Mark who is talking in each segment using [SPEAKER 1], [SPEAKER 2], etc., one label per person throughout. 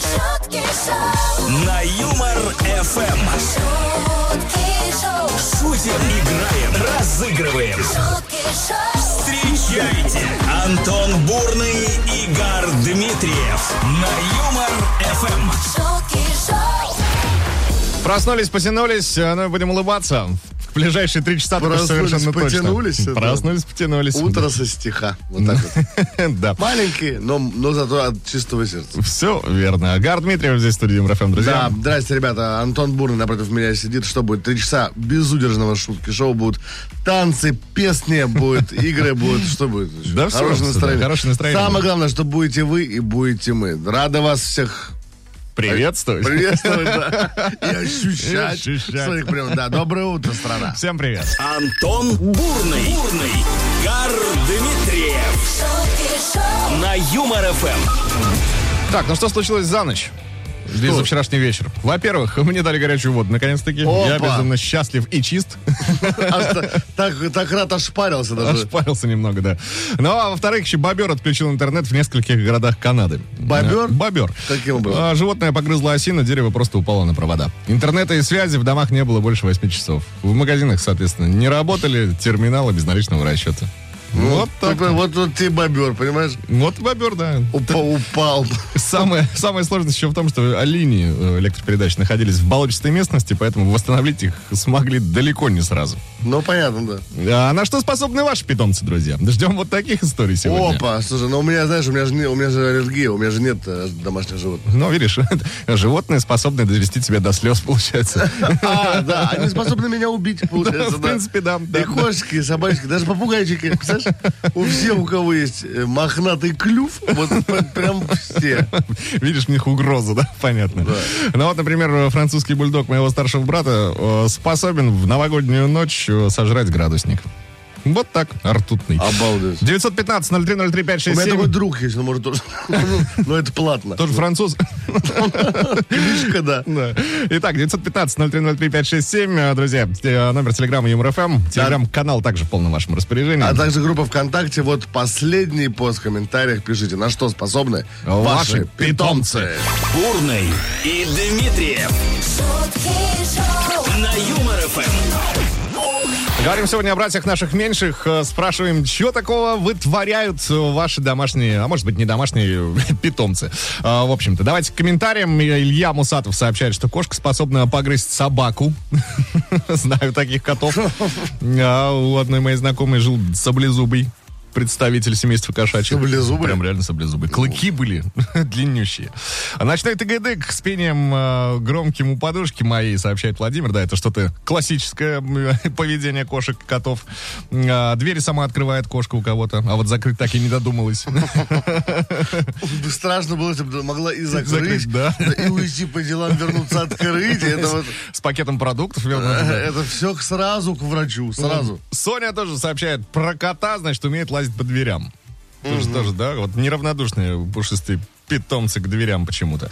[SPEAKER 1] Шутки шоу.
[SPEAKER 2] На Юмор ФМ.
[SPEAKER 1] Шутки шоу.
[SPEAKER 2] Шутим, играем, разыгрываем.
[SPEAKER 1] Шутки шоу.
[SPEAKER 2] Встречайте Антон Бурный, Игорь Дмитриев на Юмор Эм. ФМ.
[SPEAKER 1] Шутки шоу.
[SPEAKER 3] Проснулись, потянулись, э, ну и будем улыбаться. В ближайшие три часа только
[SPEAKER 4] Проснулись,
[SPEAKER 3] совершенно точно.
[SPEAKER 4] потянулись, это-
[SPEAKER 3] Проснулись, потянулись.
[SPEAKER 4] Утро со стиха. Вот так вот.
[SPEAKER 3] Да.
[SPEAKER 4] Маленькие, но, но зато от чистого сердца.
[SPEAKER 3] Все верно. Гар Дмитриев здесь в студии Юмор ФМ, друзья.
[SPEAKER 4] Да, здрасте, ребята. Антон Бурный напротив меня сидит. Что будет? Три часа безудержного шутки. Шоу будут танцы, песни будут, игры будут. Что будет? еще?
[SPEAKER 3] Да всё,
[SPEAKER 4] Хорошее
[SPEAKER 3] всё,
[SPEAKER 4] настроение.
[SPEAKER 3] да, хорошее настроение
[SPEAKER 4] Самое
[SPEAKER 3] будет.
[SPEAKER 4] главное, что будете вы и будете мы. Рада вас всех
[SPEAKER 3] Приветствую.
[SPEAKER 4] приветствовать да. и ощущать.
[SPEAKER 3] И ощущать.
[SPEAKER 4] своих прям- Да, доброе утро, страна.
[SPEAKER 3] Всем привет.
[SPEAKER 2] Антон Бурный, Бурный, Игорь Дмитриев
[SPEAKER 1] Шутки шоу.
[SPEAKER 2] на Юмор Эм. ФМ.
[SPEAKER 3] Так, ну что случилось за ночь? И за вчерашний вечер. Во-первых, мне дали горячую воду, наконец-таки. Я
[SPEAKER 4] Опа.
[SPEAKER 3] безумно счастлив и чист.
[SPEAKER 4] Аж та- А Так так рад ошпарился даже.
[SPEAKER 3] Ошпарился немного, да. Ну, а во-вторых, еще бобер отключил интернет в нескольких городах Канады.
[SPEAKER 4] Бобер?
[SPEAKER 3] Э, Бобер.
[SPEAKER 4] Каким образом?
[SPEAKER 3] А, Животное погрызло осину, дерево просто упало на провода. Интернета и связи в домах не было больше 8 часов. В магазинах, соответственно, не работали терминалы безналичного расчета.
[SPEAKER 4] Ну,
[SPEAKER 3] Вот так.
[SPEAKER 4] Вот, вот, вот ты бобер, понимаешь?
[SPEAKER 3] Вот бобер, да.
[SPEAKER 4] Упа- упал.
[SPEAKER 3] Самое, самая сложность еще в том, что линии э, электропередач находились в болотистой местности, поэтому восстановить их смогли далеко не сразу.
[SPEAKER 4] Ну, понятно, да.
[SPEAKER 3] А на что способны ваши питомцы, друзья? Ждем вот таких историй сегодня.
[SPEAKER 4] Опа, слушай, ну у меня, знаешь, у меня же, не- у меня же аллергия, у меня же нет э, домашних животных.
[SPEAKER 3] Ну, видишь, животные способны довести тебя до слез, получается.
[SPEAKER 4] А, да, они способны меня убить, получается,
[SPEAKER 3] в принципе, да, да,
[SPEAKER 4] И
[SPEAKER 3] да.
[SPEAKER 4] кошки, и собачки, даже попугайчики, представляешь? У всех, у кого есть э, мохнатый клюв, вот п- прям все.
[SPEAKER 3] Видишь, в них угроза, да? Понятно. Ну вот, например, французский бульдог моего старшего брата э, способен в новогоднюю ночь э, сожрать градусник. Вот так, ртутный.
[SPEAKER 4] Обалдеть.
[SPEAKER 3] 915 03
[SPEAKER 4] У меня
[SPEAKER 3] 567
[SPEAKER 4] такой друг есть, он может тоже... ну, Но это платно.
[SPEAKER 3] Тоже француз.
[SPEAKER 4] Кличка, да.
[SPEAKER 3] Да. Итак, 915-0303-567. э, Друзья, э, номер телеграмма ЮморФМ. Телеграм-канал Эм. также в полном вашем распоряжении.
[SPEAKER 4] А также группа ВКонтакте. Вот последний пост в комментариях пишите, на что способны
[SPEAKER 3] Ваши
[SPEAKER 4] ваши питомцы.
[SPEAKER 2] Бурный и Дмитриев
[SPEAKER 1] Шутки шоу.
[SPEAKER 2] на Юмор Эм. ФМ.
[SPEAKER 3] Говорим сегодня о братьях наших меньших. Э, Спрашиваем, чего такого вытворяют э, ваши домашние, а может быть не домашние, э, питомцы. А, В общем-то, давайте к комментариям. Э, Илья Мусатов сообщает, что кошка способна погрызть собаку. Знаю таких котов. А у одной моей знакомой жил саблезубый представитель семейства кошачьих.
[SPEAKER 4] Саблезубый?
[SPEAKER 3] Прям реально саблезубый. Клыки были длиннющие. А ночной тыгыдык с пением э, громким у подушки моей, сообщает Владимир. Да, это что-то классическое э, поведение кошек и котов. А, двери сама открывает кошка у кого-то, а вот закрыть так и не додумалась.
[SPEAKER 4] Бы Страшно было, если бы могла и закрыть,
[SPEAKER 3] Закрыть, да.
[SPEAKER 4] и уйти по делам, вернуться открыть. И Это вот... э,
[SPEAKER 3] С пакетом продуктов. верно, да.
[SPEAKER 4] Это все сразу к врачу, сразу.
[SPEAKER 3] Соня тоже сообщает про кота, значит, умеет лазить по дверям. Тоже, тоже, да? Вот неравнодушные пушистые питомцы к дверям почему-то.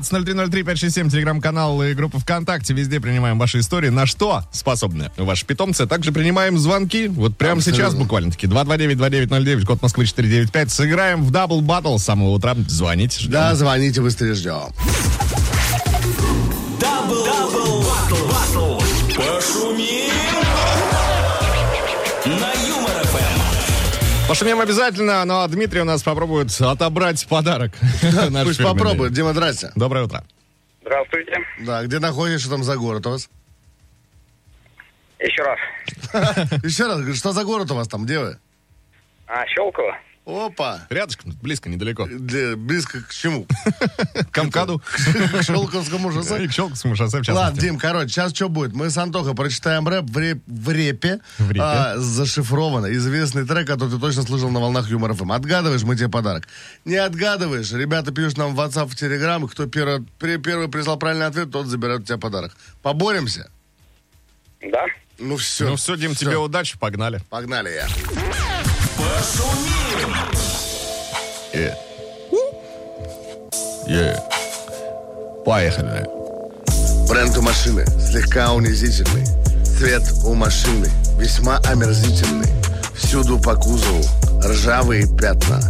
[SPEAKER 3] 915-0303-567, телеграм-канал и группа ВКонтакте. Везде принимаем ваши истории. На что способны ваши питомцы? Также принимаем звонки. Вот прямо сейчас буквально-таки. 229-2909, код Москвы 495. Сыграем в дабл баттл с самого утра. Звоните. ждем.
[SPEAKER 4] Да, звоните, быстрее ждем.
[SPEAKER 2] Дабл, дабл, батл, батл. Пошумим на Юмор Эм. ФМ.
[SPEAKER 3] Пошумим обязательно, но Дмитрий у нас попробует отобрать подарок. Наш
[SPEAKER 4] Пусть
[SPEAKER 3] фирменный.
[SPEAKER 4] попробует. Дима, здрасте.
[SPEAKER 3] Доброе утро.
[SPEAKER 5] Здравствуйте.
[SPEAKER 4] Да, где находишься, там за город у вас?
[SPEAKER 5] Еще раз.
[SPEAKER 4] Еще раз, говорю, что за город у вас там, где вы?
[SPEAKER 5] А, Щелково?
[SPEAKER 4] Опа.
[SPEAKER 3] Рядышком, близко, недалеко.
[SPEAKER 4] Где- близко к чему?
[SPEAKER 3] К Ну, Камкаду.
[SPEAKER 4] К Шелковскому
[SPEAKER 3] И
[SPEAKER 4] шоссе?
[SPEAKER 3] к Щелковскому шоссе в
[SPEAKER 4] Ладно,
[SPEAKER 3] частности.
[SPEAKER 4] Дим, короче, сейчас что будет? Мы с Антохой прочитаем рэп в, реп- в репе.
[SPEAKER 3] В репе.
[SPEAKER 4] А, зашифровано. Известный трек, который ты точно слышал на волнах Юмор ФМ. Отгадываешь, мы тебе подарок. Не отгадываешь, ребята пишут нам в WhatsApp, в Telegram. Кто первый, при- первый прислал правильный ответ, тот заберет у тебя подарок. Поборемся?
[SPEAKER 5] Да?
[SPEAKER 4] Ну все.
[SPEAKER 3] Ну все, Дим, тебе удачи, погнали.
[SPEAKER 4] Погнали я.
[SPEAKER 3] Е. Е. Поехали.
[SPEAKER 4] Бренд у машины слегка унизительный. Цвет у машины весьма омерзительный. Всюду по кузову ржавые пятна.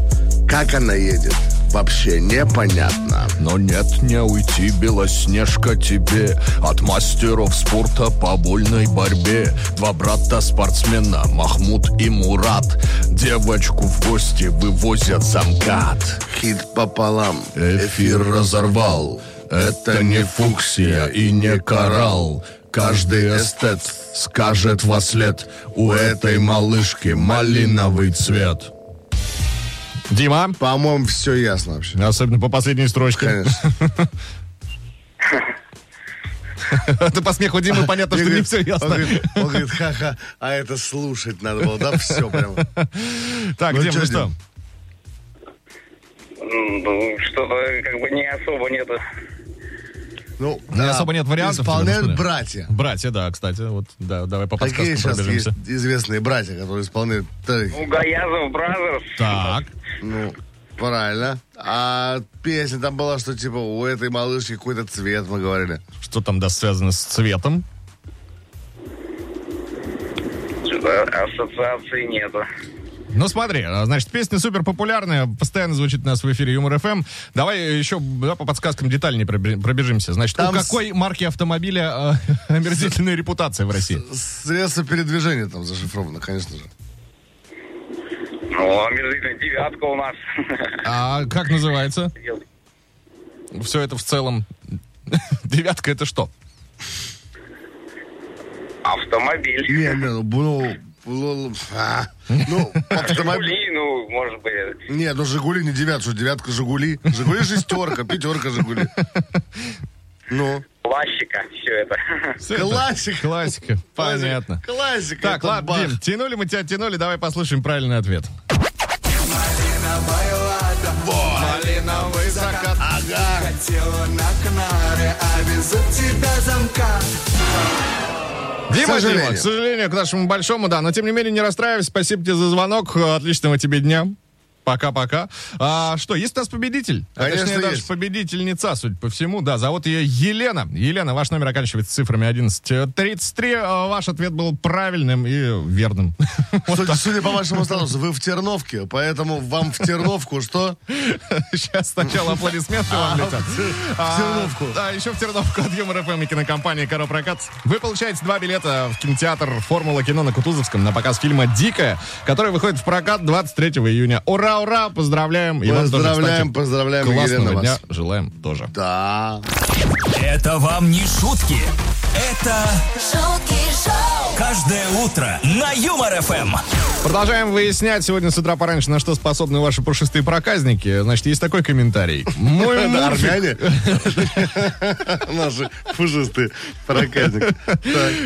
[SPEAKER 4] Как она едет, Вообще непонятно.
[SPEAKER 6] Но нет, не уйти, Белоснежка, тебе От мастеров спорта по вольной борьбе Два брата-спортсмена, Махмуд и Мурат Девочку в гости вывозят замкат
[SPEAKER 4] Хит пополам.
[SPEAKER 6] Эфир разорвал Это не фуксия и не коралл Каждый эстет скажет во след У этой малышки малиновый цвет
[SPEAKER 3] Дима,
[SPEAKER 4] По-моему, все ясно вообще.
[SPEAKER 3] особенно по последней строчке.
[SPEAKER 4] Конечно.
[SPEAKER 3] Это по смеху Димы понятно, что не все
[SPEAKER 4] Он
[SPEAKER 3] ясно.
[SPEAKER 4] говорит, он говорит, ха-ха, а это слушать надо было, да, все прям.
[SPEAKER 3] Так,
[SPEAKER 4] Ну
[SPEAKER 3] Дим,
[SPEAKER 4] чё,
[SPEAKER 3] ну что?
[SPEAKER 4] Дим?
[SPEAKER 5] М, ну, Что-то как бы не особо нету.
[SPEAKER 4] Ну,
[SPEAKER 3] особо нет вариантов,
[SPEAKER 4] Исполняют
[SPEAKER 3] потому что-
[SPEAKER 4] братья.
[SPEAKER 3] Братья, да, кстати, вот, да, давай по
[SPEAKER 4] Какие
[SPEAKER 3] подсказкам
[SPEAKER 4] сейчас есть
[SPEAKER 3] пробежимся.
[SPEAKER 4] известные братья, которые исполняют треки?
[SPEAKER 5] Ну, Гаязов Бразерс.
[SPEAKER 3] Так,
[SPEAKER 4] Ну, правильно. А песня там была, что типа у этой малышки какой-то цвет, мы говорили.
[SPEAKER 3] что там, да, связано с цветом?
[SPEAKER 5] Что-то ассоциации нету.
[SPEAKER 3] Ну смотри, а, значит, песня супер популярная, постоянно звучит у нас в эфире Юмор ФМ. Давай еще да, по подсказкам детальнее пробе- пробежимся. Значит,
[SPEAKER 4] Там
[SPEAKER 3] у
[SPEAKER 4] с-
[SPEAKER 3] какой марки автомобиля э, омерзительная репутация в России?
[SPEAKER 4] Средство передвижения там зашифровано, конечно же.
[SPEAKER 5] Ну, омерзительная девятка у нас.
[SPEAKER 3] А как называется все это в целом? Девятка это что?
[SPEAKER 5] Автомобиль.
[SPEAKER 4] Не, не, ну, ну, ну, а, ну, автомобиль.
[SPEAKER 5] Жигули, ну, может быть.
[SPEAKER 4] Не, ну Жигули не девятка, что девятка Жигули. Жигули шестерка, пятерка Жигули. Ну,
[SPEAKER 5] Пластика, все это.
[SPEAKER 3] Всё это
[SPEAKER 4] классика.
[SPEAKER 3] Классика, понятно.
[SPEAKER 4] Классика.
[SPEAKER 3] Так,
[SPEAKER 4] это
[SPEAKER 3] ладно,
[SPEAKER 4] бах.
[SPEAKER 3] Дим, тянули мы тебя, тянули, давай послушаем правильный ответ.
[SPEAKER 6] Малиновый закат
[SPEAKER 4] Ага.
[SPEAKER 6] Хотела на Канары, а везут тебя замка
[SPEAKER 3] Дима,
[SPEAKER 4] К сожалению.
[SPEAKER 3] Дима, к сожалению, к нашему большому, да. Но тем не менее, не расстраивайся. Спасибо тебе за звонок. Отличного тебе дня. Пока-пока. А, что, есть у нас победитель? А,
[SPEAKER 4] Конечно,
[SPEAKER 3] точнее, даже
[SPEAKER 4] есть.
[SPEAKER 3] победительница, судя по всему. Да, зовут ее Елена. Елена, ваш номер оканчивается цифрами 1133. А, Ваш ответ был правильным и верным.
[SPEAKER 4] Судя- Судя по вашему статусу, вы в Терновке, поэтому вам в Терновку что?
[SPEAKER 3] Сейчас сначала аплодисменты вам летят. А,
[SPEAKER 4] Терновку.
[SPEAKER 3] Да, еще в Терновку от Юмор ФМ и кинокомпании «Каро Прокат». Вы получаете два билета в кинотеатр «Формула кино» на Кутузовском на показ фильма «Дикая», который выходит в прокат 23 июня. Ура, ура! Поздравляем! И вам тоже,
[SPEAKER 4] Поздравляем,
[SPEAKER 3] кстати,
[SPEAKER 4] поздравляем, Елена,
[SPEAKER 3] Классного
[SPEAKER 4] вас.
[SPEAKER 3] дня желаем тоже.
[SPEAKER 4] Да.
[SPEAKER 2] Это вам не шутки. Это
[SPEAKER 1] шутки шоу,
[SPEAKER 2] каждое утро на Юмор ФМ.
[SPEAKER 3] Продолжаем выяснять сегодня с утра пораньше, на что способны ваши пушистые проказники. Значит, есть такой комментарий. Мой
[SPEAKER 4] Да,
[SPEAKER 3] мужик
[SPEAKER 4] армяне. Наши пушистые проказник.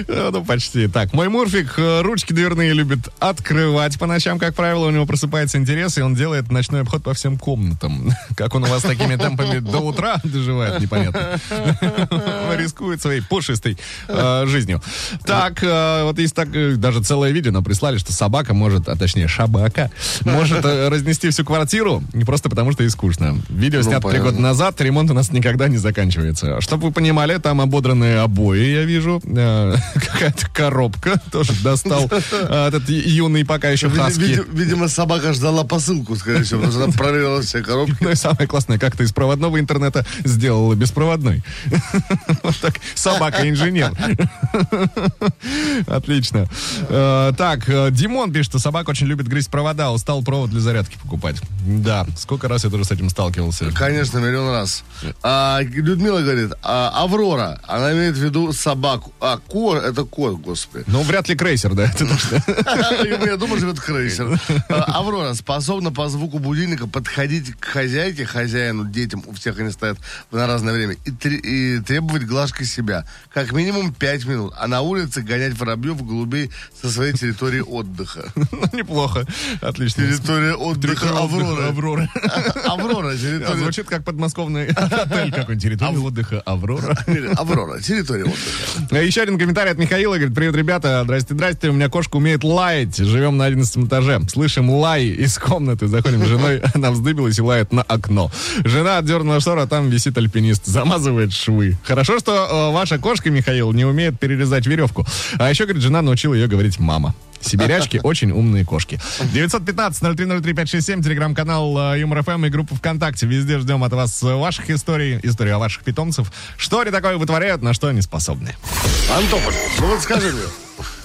[SPEAKER 3] Э, Ну, почти. Так, мой Мурфик э, ручки дверные любит открывать по ночам, как правило. У него просыпается интерес, и он делает ночной обход по всем комнатам. Как он у вас такими темпами до утра доживает, непонятно. Рискует своей пушистой э, жизнью. Так, э, вот есть так, э, даже целое видео нам прислали, что собака может, а точнее шабака, может э, разнести всю квартиру, не просто потому, что ей скучно. Видео снято три
[SPEAKER 4] понятно.
[SPEAKER 3] года назад, ремонт у нас никогда не заканчивается. Чтобы вы понимали, там ободранные обои, я вижу. Э, Какая-то коробка тоже достал э, этот и- юный пока еще
[SPEAKER 4] Ви-
[SPEAKER 3] хаски.
[SPEAKER 4] види- Видимо, собака ждала посылку, скорее всего, потому что она прорвала все коробки.
[SPEAKER 3] Ну и самое классное, как-то из проводного интернета сделала беспроводной. Вот так, собака-инженер. Отлично. Э, Так, э, Димон пишет, что собака очень любит грызть провода, а устал провод для зарядки покупать. Да, сколько раз я тоже с этим сталкивался.
[SPEAKER 4] Конечно, миллион раз. А, Людмила говорит, а, Аврора, она имеет в виду собаку. А, кор, это кот, господи.
[SPEAKER 3] Ну, вряд ли крейсер, да, это точно.
[SPEAKER 4] Я думаю, живет крейсер. А, Аврора способна по звуку будильника подходить к хозяйке, хозяину, детям, у всех они стоят на разное время, и, тре- и требовать глажки себя. Как минимум 5 минут. А на улице гонять воробьев, голубей со своей территории отдыха.
[SPEAKER 3] Ну, неплохо. Отлично.
[SPEAKER 4] Территория отдыха
[SPEAKER 3] Отдыха,
[SPEAKER 4] Авроры.
[SPEAKER 3] Авроры.
[SPEAKER 4] Аврора,
[SPEAKER 3] А
[SPEAKER 4] территория...
[SPEAKER 3] Звучит как подмосковный отель какой-нибудь. Территория отдыха Аврора.
[SPEAKER 4] Аврора, территория отдыха.
[SPEAKER 3] А Еще один комментарий от Михаила. Говорит, привет, ребята. Здрасте, здрасте. У меня кошка умеет лаять. Живем на 11 этаже. Слышим лай из комнаты. Заходим с женой. Она вздыбилась и лает на окно. Жена отдернула штору, а там висит альпинист. Замазывает швы. Хорошо, что э, ваша кошка, Михаил, не умеет перерезать веревку. А еще, говорит, жена научила ее говорить «мама». Сибирячки очень умные кошки. 915-0303-567, телеграм-канал э, Юмор ФМ и группа ВКонтакте. Везде ждем от вас э, ваших историй, историю о ваших питомцев. Что они такое вытворяют, на что они способны.
[SPEAKER 4] Антополь, ну вот скажи мне.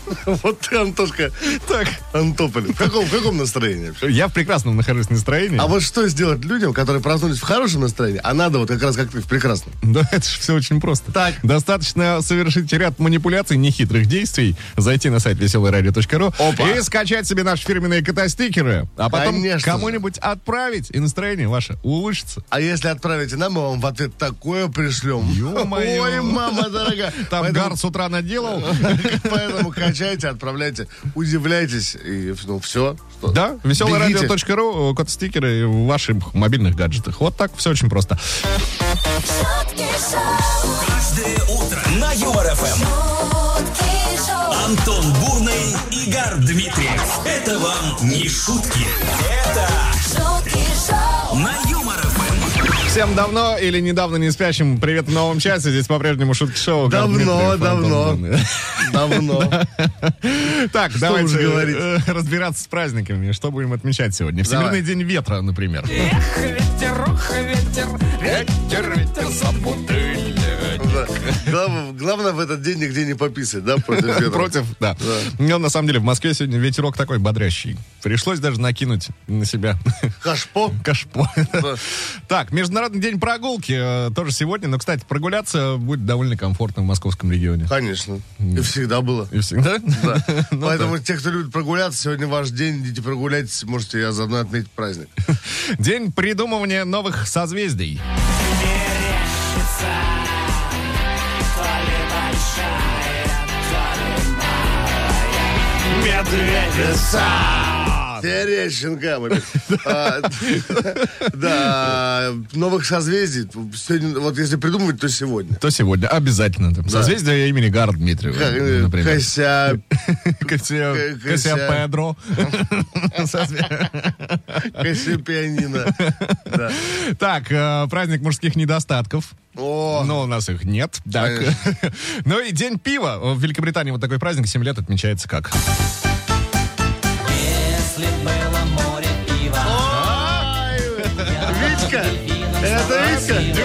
[SPEAKER 4] Вот ты, Антошка,
[SPEAKER 3] Так,
[SPEAKER 4] Антополь, в каком, в каком настроении вообще?
[SPEAKER 3] я в прекрасном нахожусь настроении.
[SPEAKER 4] А вот что сделать людям, которые проснулись в хорошем настроении, а надо вот как раз как ты в прекрасном?
[SPEAKER 3] Да, это же все очень просто. Так. Достаточно совершить ряд манипуляций, нехитрых действий, зайти на сайт веселорадио.ру
[SPEAKER 4] Опа.
[SPEAKER 3] и скачать себе наши фирменные кота-стикеры, а потом
[SPEAKER 4] Конечно же.
[SPEAKER 3] кому-нибудь отправить, и настроение ваше улучшится.
[SPEAKER 4] А если отправите нам, мы вам в ответ такое пришлем.
[SPEAKER 3] Ё-моё.
[SPEAKER 4] Ой, мама дорогая.
[SPEAKER 3] Там
[SPEAKER 4] Поэтому-
[SPEAKER 3] гар с утра наделал.
[SPEAKER 4] Поэтому качайте, отправляйте, удивляйтесь и ну все. Что?
[SPEAKER 3] Да,
[SPEAKER 4] Бегите.
[SPEAKER 3] веселорадио.ру, код-стикеры э, в ваших мобильных гаджетах. Вот так все очень просто.
[SPEAKER 1] шутки шоу,
[SPEAKER 2] Каждое утро на Юмор ФМ.
[SPEAKER 1] шутки шоу,
[SPEAKER 2] Антон Бурный, Игорь Дмитриев. Это вам не шутки. Это
[SPEAKER 1] шутки шоу,
[SPEAKER 2] на Юмор ФМ.
[SPEAKER 3] Всем давно или недавно не спящим привет в новом часе. Здесь по-прежнему шутки-шоу. Гар
[SPEAKER 4] Давно,
[SPEAKER 3] Дмитриев, Антон
[SPEAKER 4] давно.
[SPEAKER 3] Бурный.
[SPEAKER 4] Давно.
[SPEAKER 3] Так,
[SPEAKER 4] уж
[SPEAKER 3] давайте
[SPEAKER 4] говорить.
[SPEAKER 3] э, разбираться с праздниками. Что будем отмечать сегодня? Всемирный
[SPEAKER 4] Давай.
[SPEAKER 3] день ветра, например.
[SPEAKER 4] Да. Глав- Главное в этот день нигде не пописать, да, против ветра.
[SPEAKER 3] Против, да. Но на самом деле в Москве сегодня ветерок такой бодрящий. Пришлось даже накинуть на себя
[SPEAKER 4] Кашпо.
[SPEAKER 3] кашпо. Так, Международный день прогулки э, тоже сегодня. Но, кстати, прогуляться будет довольно комфортно в московском регионе.
[SPEAKER 4] Конечно. И всегда было.
[SPEAKER 3] И всегда.
[SPEAKER 4] Да.
[SPEAKER 3] Ну
[SPEAKER 4] Поэтому те, кто любит прогуляться, сегодня ваш день, идите прогуляйтесь, можете я заодно отметить праздник.
[SPEAKER 3] да. День придумывания новых созвездий.
[SPEAKER 4] Терещенко. мы- А, Да, новых созвездий. Сегодня, вот если придумывать, то сегодня.
[SPEAKER 3] То сегодня обязательно. там, Созвездие имени Гара Дмитриева,
[SPEAKER 4] Как, э,
[SPEAKER 3] например.
[SPEAKER 4] Кося...
[SPEAKER 3] Кася-
[SPEAKER 4] К-
[SPEAKER 3] Кася
[SPEAKER 4] Кася-
[SPEAKER 3] Педро. Созве-
[SPEAKER 4] Кассиопианина. Да.
[SPEAKER 3] Так, э, праздник мужских недостатков.
[SPEAKER 4] О,
[SPEAKER 3] Но у нас их нет. Так. Ну и День пива. В Великобритании вот такой праздник 7 лет отмечается как?
[SPEAKER 7] Если б было море пива,
[SPEAKER 4] Витька! Это Витька!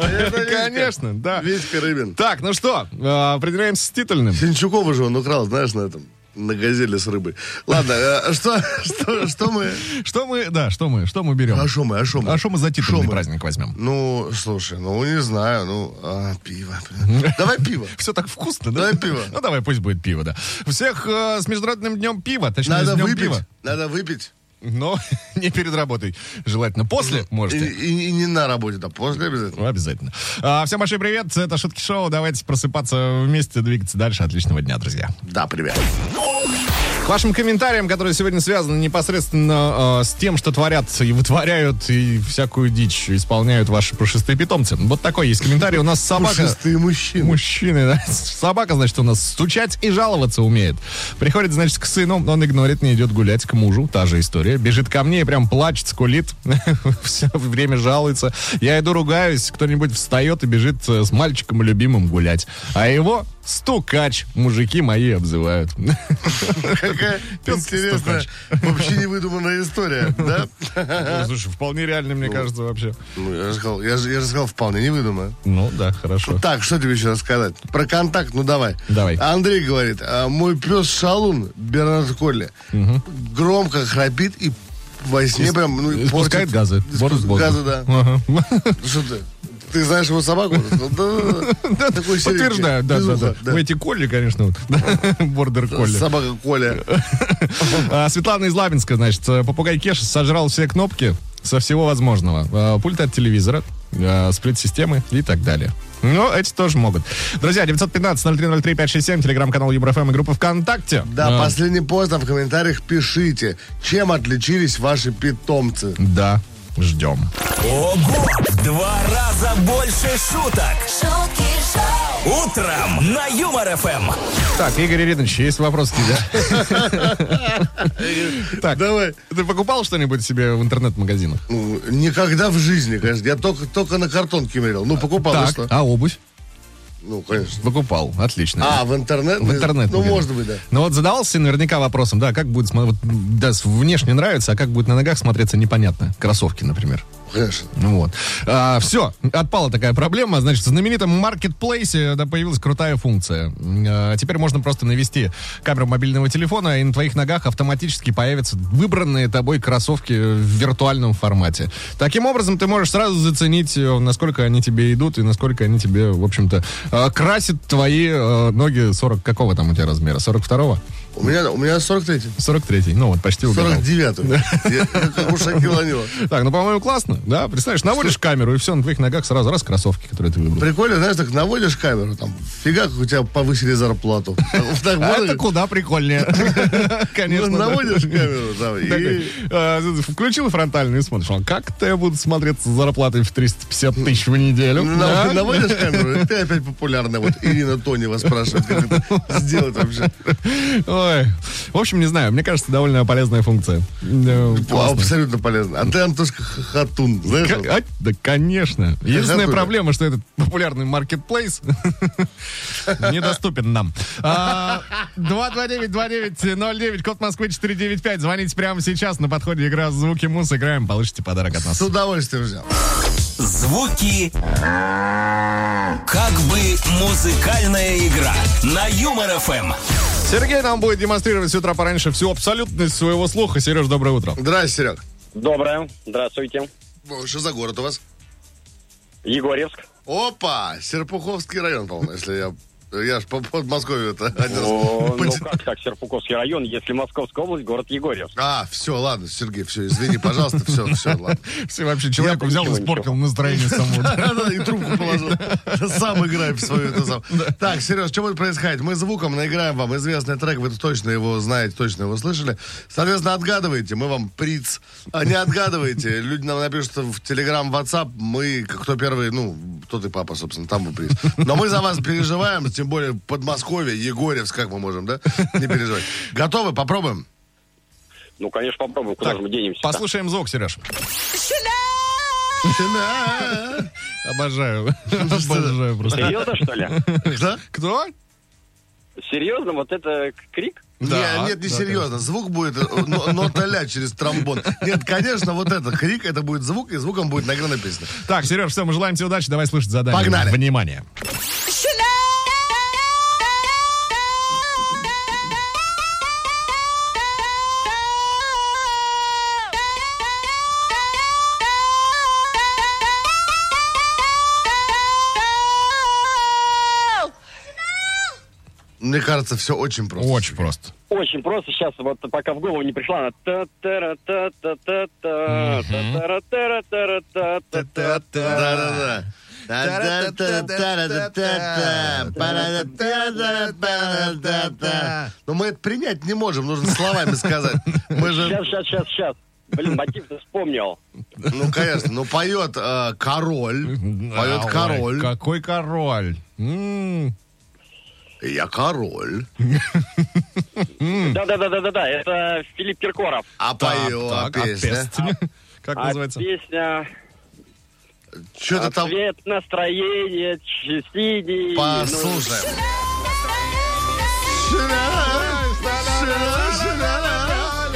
[SPEAKER 4] Это Витька.
[SPEAKER 3] Конечно, да.
[SPEAKER 4] Витька Рыбин.
[SPEAKER 3] Так, ну что, э, определяемся с титульным.
[SPEAKER 4] Синчукова же он украл, знаешь, на этом. На газели с рыбой. Ладно, э, что, что, что мы...
[SPEAKER 3] Что мы, да, что мы, что мы берем?
[SPEAKER 4] А что мы, а что мы?
[SPEAKER 3] А что мы за
[SPEAKER 4] Шо
[SPEAKER 3] титульный
[SPEAKER 4] мы?
[SPEAKER 3] праздник возьмем?
[SPEAKER 4] Ну, слушай, ну, не знаю, ну, а, пиво. блин. Давай пиво.
[SPEAKER 3] Все так вкусно, да?
[SPEAKER 4] Давай пиво.
[SPEAKER 3] Ну давай, пусть будет пиво, да. Всех э, с международным днем пива, точнее,
[SPEAKER 4] Надо
[SPEAKER 3] с днем
[SPEAKER 4] выпить,
[SPEAKER 3] пива.
[SPEAKER 4] надо выпить.
[SPEAKER 3] Но не перед работой. Желательно после,
[SPEAKER 4] И,
[SPEAKER 3] можете.
[SPEAKER 4] и- и не на работе, да, после обязательно.
[SPEAKER 3] Ну, Обязательно. А, всем большой привет. Это Шутки Шоу. Давайте просыпаться вместе, двигаться дальше. Отличного дня, друзья.
[SPEAKER 4] Да, привет.
[SPEAKER 3] К вашим комментариям, которые сегодня связаны непосредственно э, с тем, что творят и вытворяют, и всякую дичь исполняют ваши пушистые питомцы. Вот такой есть комментарий. У нас собака...
[SPEAKER 4] Пушистые мужчины.
[SPEAKER 3] Мужчины, да. Собака, значит, у нас стучать и жаловаться умеет. Приходит, значит, к сыну, он игнорит, не идет гулять к мужу. Та же история. Бежит ко мне и прям плачет, скулит. Все время жалуется. Я иду ругаюсь, кто-нибудь встает и бежит э, с мальчиком любимым гулять. А его стукач мужики мои обзывают.
[SPEAKER 4] Какая
[SPEAKER 3] Пёс
[SPEAKER 4] интересная,
[SPEAKER 3] стукач.
[SPEAKER 4] вообще невыдуманная история, да?
[SPEAKER 3] Ну, Слушай, вполне реально, мне кажется, вообще.
[SPEAKER 4] Ну, я же сказал, я же, я же сказал, вполне невыдуманная.
[SPEAKER 3] Ну, да, хорошо.
[SPEAKER 4] Так, что тебе еще рассказать? Про контакт, ну давай.
[SPEAKER 3] Давай.
[SPEAKER 4] Андрей говорит, «А, мой пес Шалун, Бернард Колли, громко храпит и во сне прям... Ну, и
[SPEAKER 3] Испускает
[SPEAKER 4] портит-
[SPEAKER 3] Э, газы.
[SPEAKER 4] Испу-
[SPEAKER 3] Борис Богдан.
[SPEAKER 4] Газы, да.
[SPEAKER 3] Ага.
[SPEAKER 4] Что ты? Ты знаешь его собаку? Да-да-да. Такой серенький.
[SPEAKER 3] Подтверждаю, да, да,
[SPEAKER 4] Безуха,
[SPEAKER 3] да. Ну, Эти колли, конечно, вот. бордер колли.
[SPEAKER 4] Собака Коля.
[SPEAKER 3] А, Светлана из Лабинска, значит, э, попугай Кеша сожрал все кнопки со всего возможного. Э, Пульт от телевизора, э, сплит-системы и так далее. Но эти тоже могут. Друзья, 915-0303-567, телеграм-канал ЮбрФМ и группа ВКонтакте.
[SPEAKER 4] Да,
[SPEAKER 3] А,
[SPEAKER 4] последний пост там в комментариях пишите, чем отличились ваши питомцы.
[SPEAKER 3] Да, ждем.
[SPEAKER 2] Ого! В два раза больше шуток.
[SPEAKER 1] шутки шоу,
[SPEAKER 2] Утром на Юмор ФМ.
[SPEAKER 3] Так, Игорь Иринович, есть вопрос к тебе. Так,
[SPEAKER 4] Давай.
[SPEAKER 3] ты покупал что-нибудь себе в интернет-магазинах?
[SPEAKER 4] Ну, никогда в жизни, конечно. Я только, только на картонке мерил. Ну, покупал, и
[SPEAKER 3] Так,
[SPEAKER 4] что?
[SPEAKER 3] а обувь?
[SPEAKER 4] Ну, конечно.
[SPEAKER 3] Выкупал, отлично.
[SPEAKER 4] А, в интернет?
[SPEAKER 3] В интернет.
[SPEAKER 4] Ну,
[SPEAKER 3] наверное.
[SPEAKER 4] может быть, да.
[SPEAKER 3] Но вот задавался наверняка вопросом, да, как будет, смо- вот, да, с- внешне нравится, а как будет на ногах смотреться, непонятно. Кроссовки, например.
[SPEAKER 4] Конечно.
[SPEAKER 3] Ну Вот. все, отпала такая проблема. Значит, в знаменитом маркетплейсе э, да, появилась крутая функция. А, теперь можно просто навести камеру мобильного телефона, и на твоих ногах автоматически появятся выбранные тобой кроссовки в виртуальном формате. Таким образом, ты можешь сразу заценить, э, насколько они тебе идут и насколько они тебе, в общем-то, э, красят твои э, ноги 40... Какого там у тебя размера? 42-го?
[SPEAKER 4] У меня, у меня 43-й.
[SPEAKER 3] 43-й. Ну вот, почти угадал.
[SPEAKER 4] 49-й. Я Как у Шакила Нила.
[SPEAKER 3] Так, ну, по-моему, классно, да? Представляешь, наводишь камеру, и все, на твоих ногах сразу раз кроссовки, которые ты выбрал.
[SPEAKER 4] Прикольно, знаешь, так наводишь камеру, там, фига, как у тебя повысили зарплату. Так
[SPEAKER 3] А
[SPEAKER 4] вот,
[SPEAKER 3] это куда прикольнее. Ну, Конечно. да.
[SPEAKER 4] наводишь камеру, там,
[SPEAKER 3] Такой,
[SPEAKER 4] и...
[SPEAKER 3] э, Включил фронтальный и смотришь. а Как-то я буду смотреться с зарплатой в 350 тысяч в неделю.
[SPEAKER 4] нав-
[SPEAKER 3] Да?
[SPEAKER 4] Наводишь камеру, и ты опять популярная. Вот Ирина Тонева спрашивает, как это сделать вообще.
[SPEAKER 3] Ой. В общем, не знаю. Мне кажется, довольно полезная функция. Э, классно.
[SPEAKER 4] Абсолютно полезно. А ты, Антошка, х- хатун, знаешь?
[SPEAKER 3] К- а, да, конечно. Единственная
[SPEAKER 4] Жартую.
[SPEAKER 3] проблема, что этот популярный маркетплейс недоступен нам. А, 229-2909, код Москвы 495. Звоните прямо сейчас. На подходе игра «Звуки Мус». Играем, получите подарок от
[SPEAKER 4] С
[SPEAKER 3] нас.
[SPEAKER 4] удовольствием взял.
[SPEAKER 2] Звуки. Как бы музыкальная игра на Юмор ФМ.
[SPEAKER 3] Сергей нам будет демонстрировать с утра пораньше всю абсолютность своего слуха. Сереж, доброе утро.
[SPEAKER 4] Здрасте, Серег.
[SPEAKER 8] Доброе. Здравствуйте.
[SPEAKER 4] О, Что за город у вас?
[SPEAKER 8] Егорьевск.
[SPEAKER 4] Опа! Серпуховский район, по-моему, если я... Я ж по Подмосковью это один раз
[SPEAKER 8] О, ну
[SPEAKER 4] пот-
[SPEAKER 8] как, как Серпуховский район, если Московская область, город Егорьевск.
[SPEAKER 4] А, все, ладно, Сергей, все, извини, пожалуйста, все, все, ладно.
[SPEAKER 3] Все вообще человеку
[SPEAKER 8] Я
[SPEAKER 3] взял и
[SPEAKER 8] ничего,
[SPEAKER 3] испортил настроение самому.
[SPEAKER 4] Да-да, И трубку положил. Сам играй в свою эту сам. Так, Сереж, что будет происходить? Мы звуком наиграем вам известный трек, вы точно его знаете, точно его слышали. Соответственно, отгадываете, мы вам приц. А не отгадываете, люди нам напишут в Телеграм, WhatsApp, мы, кто первый, ну, тот и папа, собственно, там вы приз. Но мы за вас переживаем, тем более Подмосковье, Егорьевск, как мы можем, да, не переживать. Готовы? Попробуем?
[SPEAKER 8] Ну, конечно, попробуем, куда
[SPEAKER 3] Так,
[SPEAKER 8] же мы денемся.
[SPEAKER 3] Послушаем звук, Сереж. Обожаю. Обожаю просто.
[SPEAKER 8] Серьезно, что ли?
[SPEAKER 4] Да?
[SPEAKER 3] Кто?
[SPEAKER 8] Серьезно, вот это крик?
[SPEAKER 3] Да,
[SPEAKER 4] Не, нет, не
[SPEAKER 3] да,
[SPEAKER 4] серьезно. Звук будет э, но- нота ля через тромбон. Нет, конечно, вот это крик, это будет звук, и звуком будет награна песня.
[SPEAKER 3] Так, Сереж, все, мы желаем тебе удачи. Давай слушать задание.
[SPEAKER 4] Погнали.
[SPEAKER 3] Внимание.
[SPEAKER 4] Мне кажется, все очень просто.
[SPEAKER 3] Очень просто.
[SPEAKER 8] Очень просто сейчас, вот пока в голову не пришла, она... та-та-ра-та-та-та-та, та-та-ра-та-ра-та-та-та.
[SPEAKER 4] Да-да-да. Та-да-та-та-та-та-та, па-ра-да-та-та-та-та-та. Но мы это принять не можем, нужно словами сказать. Мы же,
[SPEAKER 8] Сейчас, сейчас, сейчас, сейчас. Блин, мотив-то вспомнил.
[SPEAKER 4] ну, конечно, ну, поет э, король, поет
[SPEAKER 3] Ой,
[SPEAKER 4] король.
[SPEAKER 3] Какой король? М,
[SPEAKER 4] Я король.
[SPEAKER 8] Да-да-да-да-да, это Филипп Киркоров.
[SPEAKER 4] А
[SPEAKER 3] так,
[SPEAKER 4] поет
[SPEAKER 3] так, а
[SPEAKER 4] песня.
[SPEAKER 3] песня? Как
[SPEAKER 8] А
[SPEAKER 3] называется? А
[SPEAKER 8] песня
[SPEAKER 4] Что-то там...
[SPEAKER 8] «Цвет настроения синий».
[SPEAKER 4] Послушаем.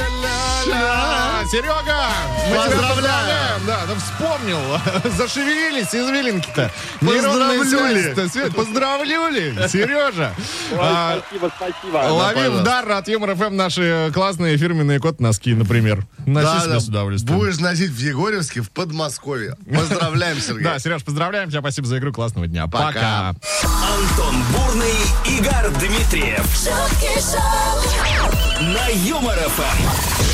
[SPEAKER 3] А, Серега! Мы тебя
[SPEAKER 4] Поздравляем!
[SPEAKER 3] поздравляем! Да, да вспомнил. Зашевелились извилинки-то.
[SPEAKER 4] Поздравлюли!
[SPEAKER 3] Поздравляли! Поздравляли! Сережа!
[SPEAKER 8] Ну,
[SPEAKER 3] А,
[SPEAKER 8] ой, спасибо, спасибо.
[SPEAKER 3] Лови
[SPEAKER 4] пожалуйста.
[SPEAKER 3] в дар от Юмор ФМ наши классные фирменные кот-носки, например. Носи себе с удовольствием.
[SPEAKER 4] Будешь носить в Егорьевске, в Подмосковье. Поздравляем, Сергей.
[SPEAKER 3] Да, Сереж, поздравляем тебя, спасибо за игру, классного дня.
[SPEAKER 4] Пока.
[SPEAKER 3] Пока.
[SPEAKER 2] Антон Бурный, Игорь Дмитриев
[SPEAKER 1] шутки шоу,
[SPEAKER 2] на Юмор ФМ.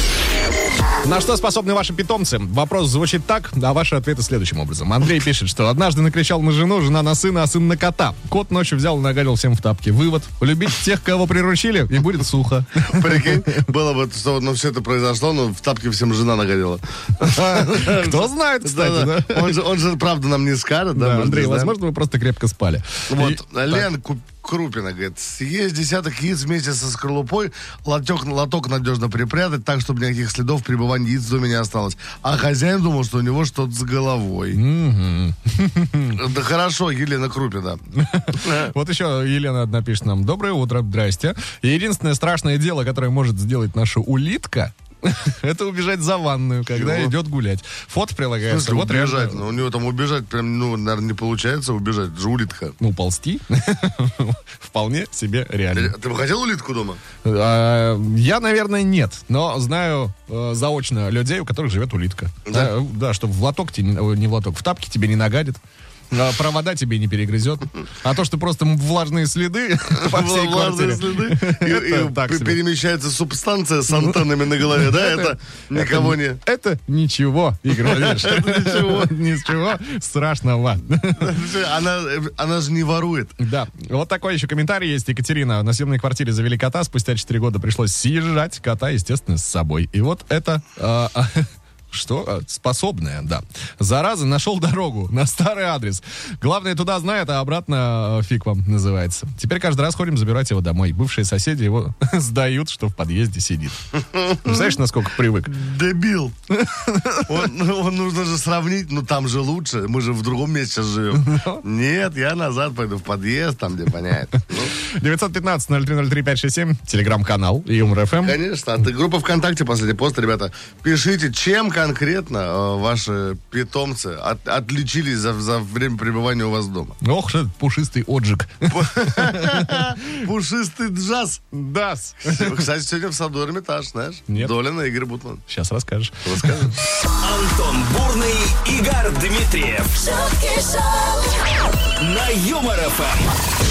[SPEAKER 3] На что способны ваши питомцы? Вопрос звучит так, а ваши ответы следующим образом. Андрей пишет, что однажды накричал на жену, жена на сына, а сын на кота. Кот ночью взял и нагадил всем в тапки. Вывод. Любить тех, кого приручили, и будет сухо.
[SPEAKER 4] Прикинь, было бы, что ну, все это произошло, но в тапке всем жена нагорела.
[SPEAKER 3] Кто знает, кстати, да?
[SPEAKER 4] Он, же, он же, правда, нам не скажет. Да,
[SPEAKER 3] Да,
[SPEAKER 4] мы же
[SPEAKER 3] Андрей,
[SPEAKER 4] не знаем.
[SPEAKER 3] возможно, вы просто крепко спали.
[SPEAKER 4] Вот,
[SPEAKER 3] И-
[SPEAKER 4] Лен куп- Крупина, говорит, съесть десяток яиц вместе со скорлупой, лоток, лоток надежно припрятать, так, чтобы никаких следов пребывания яиц в доме не осталось. А хозяин думал, что у него что-то с головой. Да хорошо, Елена Крупина.
[SPEAKER 3] Вот еще Елена одна пишет нам. Доброе утро, здрасте. Единственное страшное дело, которое может сделать наша улитка, это убежать за ванную, когда
[SPEAKER 4] Чего?
[SPEAKER 3] идет гулять. Фото
[SPEAKER 4] В
[SPEAKER 3] прилагается.
[SPEAKER 4] смысле,
[SPEAKER 3] Вот реально.
[SPEAKER 4] убежать? Ну, у него там убежать прям, ну, наверное, не получается убежать. Это же улитка.
[SPEAKER 3] Ну, ползти вполне себе
[SPEAKER 4] Ты
[SPEAKER 3] реально.
[SPEAKER 4] Э, ты бы хотел улитку дома?
[SPEAKER 3] А, Я, наверное, нет, но знаю э, заочно людей, у которых живет улитка.
[SPEAKER 4] Да?
[SPEAKER 3] Да, да чтобы в лоток тебе, не- ой, не в лоток, в тапке тебе не нагадит. а Провода тебе не перегрызет. А то, что просто влажные следы по всей
[SPEAKER 4] Влажные
[SPEAKER 3] квартире.
[SPEAKER 4] следы. И-
[SPEAKER 3] Это
[SPEAKER 4] и
[SPEAKER 3] так
[SPEAKER 4] пе-
[SPEAKER 3] себе.
[SPEAKER 4] перемещается субстанция с антеннами на голове, да? Это никого не...
[SPEAKER 3] Это ничего, Игорь Владимирович. ничего. Ничего страшного.
[SPEAKER 4] Она, она же не ворует.
[SPEAKER 3] Да. Вот такой еще комментарий есть. Екатерина. На съемной квартире завели кота. Спустя 4 года пришлось съезжать. Кота, естественно, с собой. И вот это... а, а, Что? А, Способная, да. Зараза, нашел дорогу на старый адрес. Главное, туда знает, а обратно э, фиг вам называется. Теперь каждый раз ходим забирать его домой. Бывшие соседи его сдают, что в подъезде сидит. Знаешь, насколько привык?
[SPEAKER 4] Дебил. Он, он нужно же сравнить, ну там же лучше, мы же в другом месте сейчас живем. Нет, я назад пойду в подъезд, там где понятно. Ну,
[SPEAKER 3] 915-0303-567, телеграм-канал Юмор Эм. ФМ.
[SPEAKER 4] конечно, а ты группа ВКонтакте, последний пост, ребята. Пишите, чем конкретно э, ваши питомцы от- отличились за, за время пребывания у вас дома.
[SPEAKER 3] Ох, что это пушистый отжиг.
[SPEAKER 4] Пушистый джаз.
[SPEAKER 3] Да.
[SPEAKER 4] Кстати, сегодня в саду Эрмитаж, знаешь?
[SPEAKER 3] Нет.
[SPEAKER 4] Долина и Игорь Бутман.
[SPEAKER 3] Сейчас расскажешь.
[SPEAKER 2] Антон Бурный, Игорь Дмитриев
[SPEAKER 1] шутки шоу,
[SPEAKER 2] на Юмор ФМ.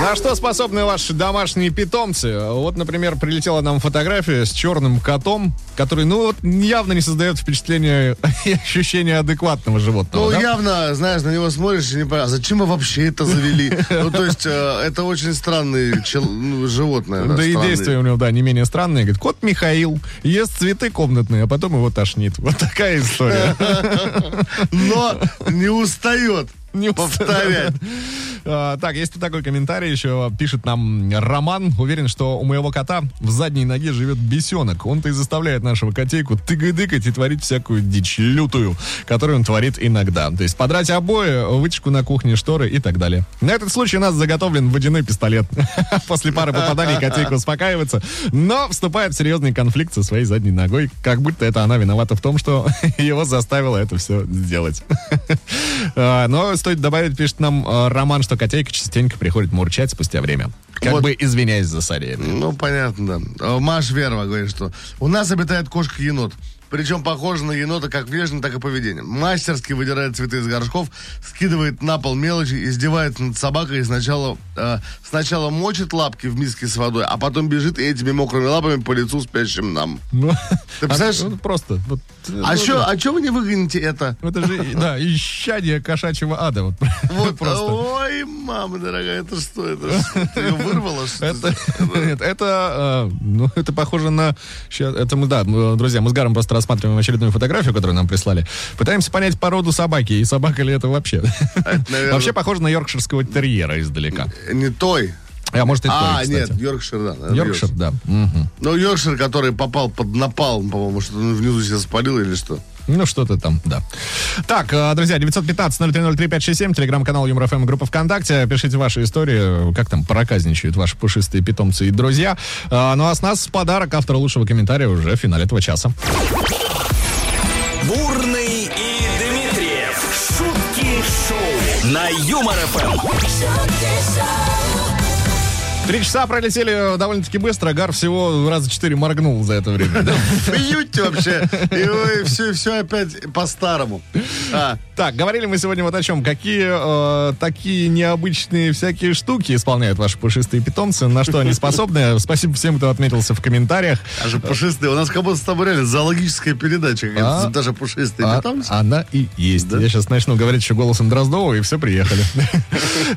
[SPEAKER 3] На что способны ваши домашние питомцы? Вот, например, прилетела нам фотография с черным котом, который, ну, вот явно не создает впечатление и ощущение адекватного животного.
[SPEAKER 4] Ну,
[SPEAKER 3] да?
[SPEAKER 4] явно, знаешь, на него смотришь и не понимаешь, а зачем мы вообще это завели? Ну, то есть, э, это очень странное чел- ну, животное.
[SPEAKER 3] Да и
[SPEAKER 4] странное.
[SPEAKER 3] действия у него, да, не менее странные. Говорит, кот Михаил ест цветы комнатные, а потом его тошнит. Вот такая история.
[SPEAKER 4] Но не устает.
[SPEAKER 3] Не
[SPEAKER 4] повторять.
[SPEAKER 3] А, Так, есть тут такой комментарий еще. а, Пишет нам Роман. Уверен, что у моего кота в задней ноге живет бесенок. Он-то и заставляет нашего котейку тыгай-дыкать и творить всякую дичь лютую, которую он творит иногда. То есть подрать обои, вытяжку на кухне, шторы и так далее. На этот случай у нас заготовлен водяной пистолет. После пары попаданий котейка успокаивается, но вступает в серьезный конфликт со своей задней ногой, как будто это она виновата в том, что его заставила это все сделать. А, Но стоит добавить, пишет нам э, Роман, что котейка частенько приходит мурчать спустя время. Как
[SPEAKER 4] Вот.
[SPEAKER 3] бы извиняясь за сорение.
[SPEAKER 4] Ну, понятно, да. Э, Маш Верва говорит, что у нас обитает кошка-енот. Причем похожа на енота как внешне, так и поведением. Мастерски выдирает цветы из горшков, скидывает на пол мелочи, издевается над собакой и сначала, э, сначала мочит лапки в миске с водой, а потом бежит и этими мокрыми лапами по лицу спящим нам.
[SPEAKER 3] Ну,
[SPEAKER 4] Ты представляешь?
[SPEAKER 3] а, ну, Просто. вот, э,
[SPEAKER 4] А
[SPEAKER 3] ну,
[SPEAKER 4] что,
[SPEAKER 3] да.
[SPEAKER 4] а чё вы не выгоните это?
[SPEAKER 3] Это же, и- да, исчадие кошачьего ада. Вот,
[SPEAKER 4] Вот,
[SPEAKER 3] просто.
[SPEAKER 4] ой, мама дорогая, это что? Это что? Ты ее вырвала? что ли?
[SPEAKER 3] Это, нет, это, э, ну, это похоже на... Сейчас, это мы, да, мы, друзья, мы с Гаром просто рассматриваем очередную фотографию, которую нам прислали. Пытаемся понять породу собаки, и собака ли это вообще.
[SPEAKER 4] наверное-
[SPEAKER 3] Вообще похоже на йоркширского терьера издалека.
[SPEAKER 4] Не той.
[SPEAKER 3] А может, и
[SPEAKER 4] А,
[SPEAKER 3] той,
[SPEAKER 4] нет,
[SPEAKER 3] кстати.
[SPEAKER 4] Йоркшир, да. наверное,
[SPEAKER 3] Йоркшир, да. Мгм.
[SPEAKER 4] Ну, Йоркшир, который попал под напалм, по-моему, что-то внизу себя спалил или что.
[SPEAKER 3] Ну, что-то там, да. Так, э, друзья, 915-0303-567, телеграм-канал ЮморФМ, группа ВКонтакте. Пишите ваши истории, э, как там проказничают ваши пушистые питомцы и друзья. А, Ну, а с нас подарок автора лучшего комментария уже в финале этого часа.
[SPEAKER 2] Бурный и Дмитриев. Шутки шоу на Юмор ФМ.
[SPEAKER 1] шутки шоу,
[SPEAKER 3] Три часа пролетели э, довольно-таки быстро. Гар всего раза четыре моргнул за это время. да.
[SPEAKER 4] Бьют вообще. И, все, все опять по-старому. А,
[SPEAKER 3] Так, говорили мы сегодня вот о чем. Какие э, такие необычные всякие штуки исполняют ваши пушистые питомцы? На что они способны? Спасибо всем, кто отметился в комментариях.
[SPEAKER 4] даже пушистые. У нас как будто с тобой реально зоологическая передача. какая-то,
[SPEAKER 3] А?
[SPEAKER 4] Даже пушистые
[SPEAKER 3] А-
[SPEAKER 4] питомцы.
[SPEAKER 3] она и есть. Я сейчас начну говорить ну еще голосом Дроздова, и все, приехали.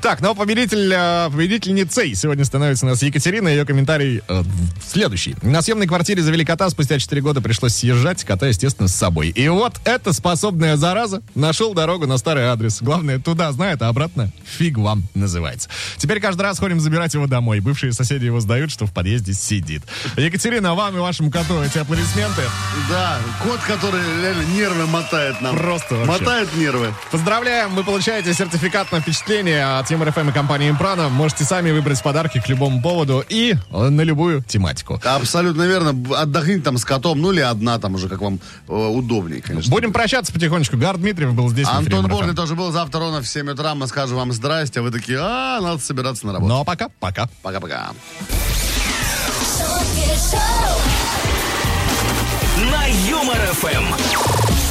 [SPEAKER 3] Так, но победитель, э, а победительницей сегодня становится у нас Екатерина. Ее комментарий э, следующий. На съемной квартире завели кота, спустя 4 года пришлось съезжать. Кота, естественно, с собой. И вот эта способная зараза нашел дорогу на старый адрес. Главное, туда знает, а обратно фиг вам называется. Теперь каждый раз ходим забирать его домой. Бывшие соседи его сдают, что в подъезде сидит. Екатерина, вам и вашему коту эти аплодисменты.
[SPEAKER 4] Да, кот, который реально нервы мотает нам.
[SPEAKER 3] Просто вообще.
[SPEAKER 4] Мотает нервы.
[SPEAKER 3] Поздравляем, вы получаете сертификат на впечатление от Юмор ФМ и компании Импрана. Можете сами выбрать подарки к любому поводу и э, на любую тематику.
[SPEAKER 4] Абсолютно верно. Б- Отдохните там с котом, ну или одна там уже, как вам э, удобней, конечно.
[SPEAKER 3] Будем прощаться потихонечку. Гар Дмитриев был здесь. в эфире
[SPEAKER 4] Антон
[SPEAKER 3] Юмор
[SPEAKER 4] Борный
[SPEAKER 3] FM.
[SPEAKER 4] тоже был. Завтра ровно в 7 утра мы скажем вам здрасте, а вы такие, а, надо собираться на работу.
[SPEAKER 3] Ну а пока, пока.
[SPEAKER 4] Пока-пока.
[SPEAKER 1] шутки шоу,
[SPEAKER 2] На Юмор ФМ.